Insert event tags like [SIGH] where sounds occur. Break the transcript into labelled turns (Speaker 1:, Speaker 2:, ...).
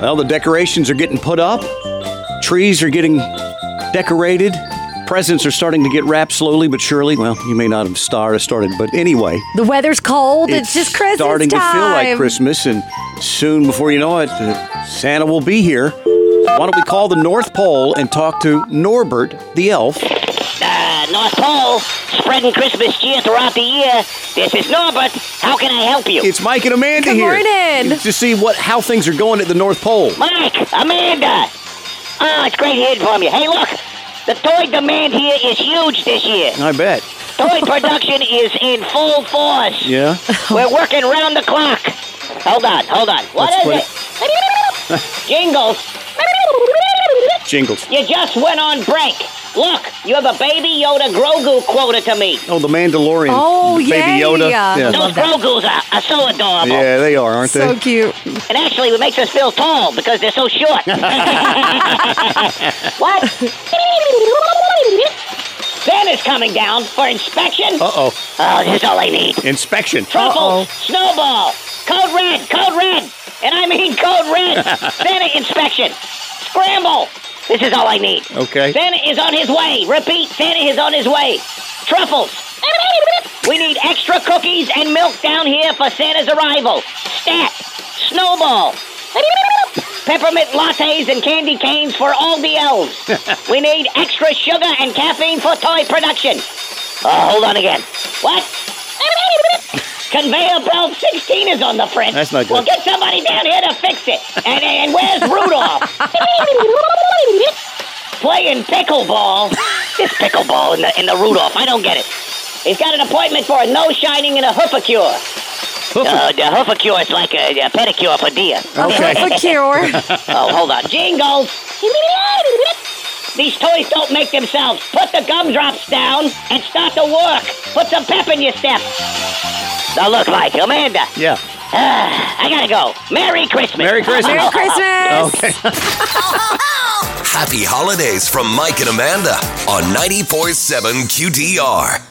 Speaker 1: Well, the decorations are getting put up, trees are getting decorated, presents are starting to get wrapped slowly but surely. Well, you may not have star- started, but anyway,
Speaker 2: The weather's cold. It's, just Christmas
Speaker 1: starting
Speaker 2: time.
Speaker 1: to feel like Christmas, and soon, before you know it, uh, Santa will be here. Why don't we call the North Pole and talk to Norbert the elf?
Speaker 3: Uh, North Pole, spreading Christmas cheer throughout the year. This is Norbert. How can I help you?
Speaker 1: It's Mike and Amanda
Speaker 2: Good
Speaker 1: here
Speaker 2: morning.
Speaker 1: to see what how things are going at the North Pole.
Speaker 3: Mike, Amanda. Oh, it's great hearing from you. Hey, look, the toy demand here is huge this year.
Speaker 1: I bet.
Speaker 2: [LAUGHS]
Speaker 3: Toy production is in full force.
Speaker 1: Yeah.
Speaker 3: We're working round the clock. Hold on, hold on. What
Speaker 1: Let's
Speaker 3: is
Speaker 1: put
Speaker 2: [LAUGHS]
Speaker 3: it? Jingles.
Speaker 1: Jingles.
Speaker 3: You just went on break. Look, you have a Baby Yoda Grogu quota to meet.
Speaker 1: Oh, the Mandalorian.
Speaker 2: Oh,
Speaker 1: Baby
Speaker 2: yay.
Speaker 1: Yoda.
Speaker 2: I
Speaker 1: Yeah.
Speaker 2: love
Speaker 3: Those
Speaker 2: that.
Speaker 3: Grogu's are, are so adorable.
Speaker 1: Yeah, they are, aren't
Speaker 2: So
Speaker 1: they?
Speaker 2: cute.
Speaker 3: And actually, it makes us feel tall because they're so short. what? Santa's coming down for inspection.
Speaker 1: Uh oh.
Speaker 3: Oh, this is all I need.
Speaker 1: Inspection.
Speaker 3: Truffle, snowball, code red, code red. And I mean code red. Santa inspection. Scramble. This is all I need.
Speaker 1: Okay.
Speaker 3: Santa is on his way. Repeat, Santa is on his way. Truffles. We need extra cookies and milk down here for Santa's arrival. Stat. Snowball. Peppermint lattes and candy canes for all the elves. we need extra sugar and caffeine for toy production. Uh, hold on again. What? Conveyor belt 16 is on the fridge.
Speaker 1: That's not good.
Speaker 3: Well, get somebody down here to fix it. And, and where's Rudolph? playing pickleball. this pickleball in the in the Rudolph. I don't get it. He's got an appointment for a nose shining and a hoofa cure. Uh, the hoofa cure is like a, a pedicure for deer.
Speaker 1: Okay. [LAUGHS]
Speaker 2: A cure.
Speaker 3: oh, hold on. Jingles. These toys don't make themselves. Put the gumdrops down and start to work. Put some pep in your step. Now look, Mike, Amanda,
Speaker 1: Yeah.
Speaker 3: uh, I gotta go. Merry Christmas.
Speaker 1: Merry Christmas.
Speaker 2: Merry Christmas.
Speaker 1: Okay.
Speaker 4: Happy holidays from Mike and Amanda on 94.7 QDR.